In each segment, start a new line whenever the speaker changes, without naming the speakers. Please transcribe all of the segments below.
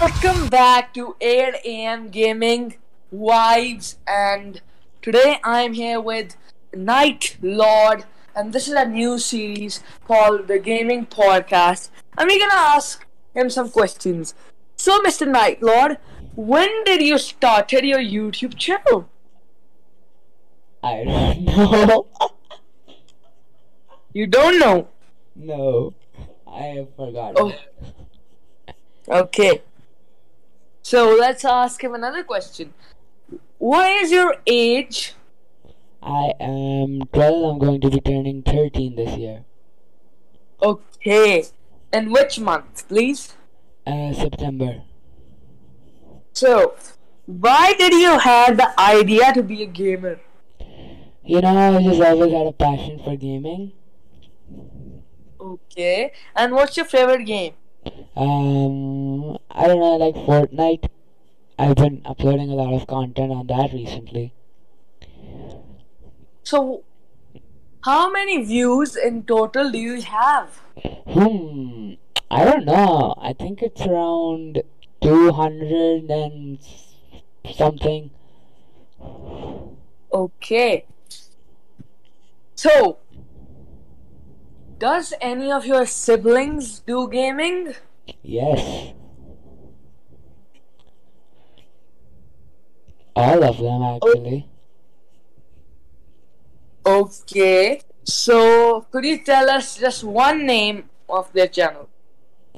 Welcome back to 8 AM Gaming Wives, and today I'm here with Night Lord, and this is a new series called the Gaming Podcast. And we're gonna ask him some questions. So, Mr. Night Lord, when did you started your YouTube channel?
I don't know.
You don't know.
no, I forgot.
Oh. Okay. So let's ask him another question. What is your age?
I am 12. I'm going to be turning 13 this year.
Okay. And which month, please?
Uh, September.
So, why did you have the idea to be a gamer?
You know, I just always had a passion for gaming.
Okay. And what's your favorite game?
Um, I don't know, I like Fortnite. I've been uploading a lot of content on that recently.
So, how many views in total do you have?
Hmm, I don't know. I think it's around 200 and s- something.
Okay. So, does any of your siblings do gaming?
Yes. All of them, actually.
Okay. So, could you tell us just one name of their channel?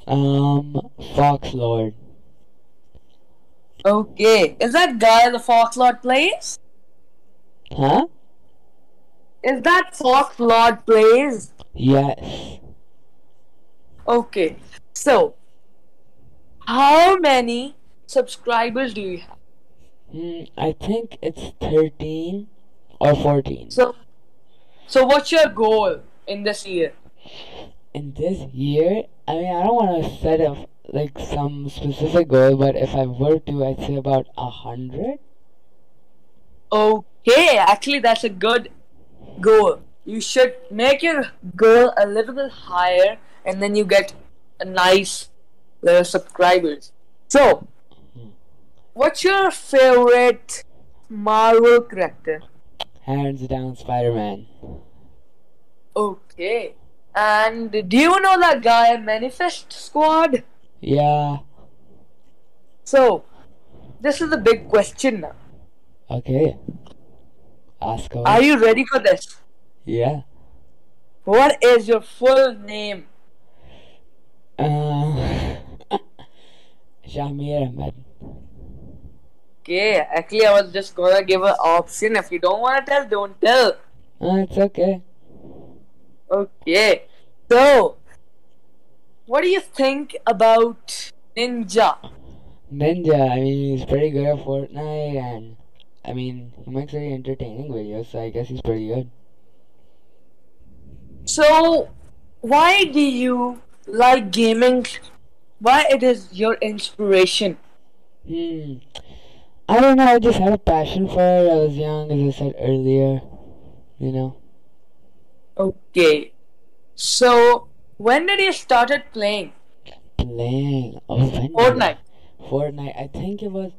Um, Fox Lord.
Okay. Is that guy the Fox Lord plays?
Huh?
Is that Fox Lord plays?
Yes.
Okay. So, how many subscribers do you have?
Hmm, I think it's 13 or 14.
So, so what's your goal in this year?
In this year, I mean, I don't want to set up like some specific goal, but if I were to, I'd say about a 100.
Okay, actually, that's a good goal. You should make your goal a little bit higher, and then you get a nice little subscribers. So, what's your favorite Marvel character?
Hands down, Spider Man.
Okay, and do you know that guy Manifest Squad?
Yeah.
So, this is the big question now.
Okay. Ask away.
Are you ready for this?
Yeah.
What is your full name?
Uh, Shamir Ahmed.
Okay, actually, I was just gonna give an option. If you don't wanna tell, don't tell.
Oh, it's okay.
Okay, so what do you think about Ninja?
Ninja, I mean, he's pretty good at Fortnite, and I mean, he makes very entertaining videos, so I guess he's pretty good.
So, why do you like gaming? Why it is your inspiration?
Hmm. I don't know, I just had a passion for it. I was young, as I said earlier. You know?
Okay, so when did you started playing
Playing. Oh, when did I-
Fortnite?
Fortnite. I think it was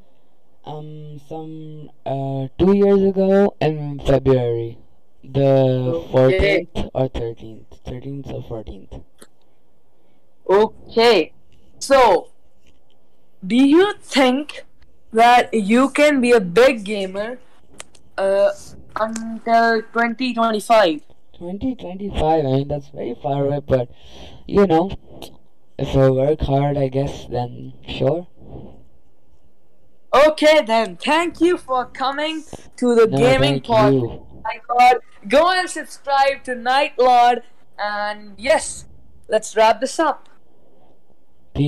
um some uh two years ago in February, the
Okay.
fourteenth or thirteenth, thirteenth or fourteenth.
Okay. So, do you think that you can be a big gamer uh, until 2025?
Twenty twenty five. I mean that's very far away, but you know, if I work hard, I guess then sure.
Okay, then. Thank you for coming to the
No,
gaming
thank
podcast.
you.
My God, go and subscribe to Night Lord. And yes, let's wrap this up.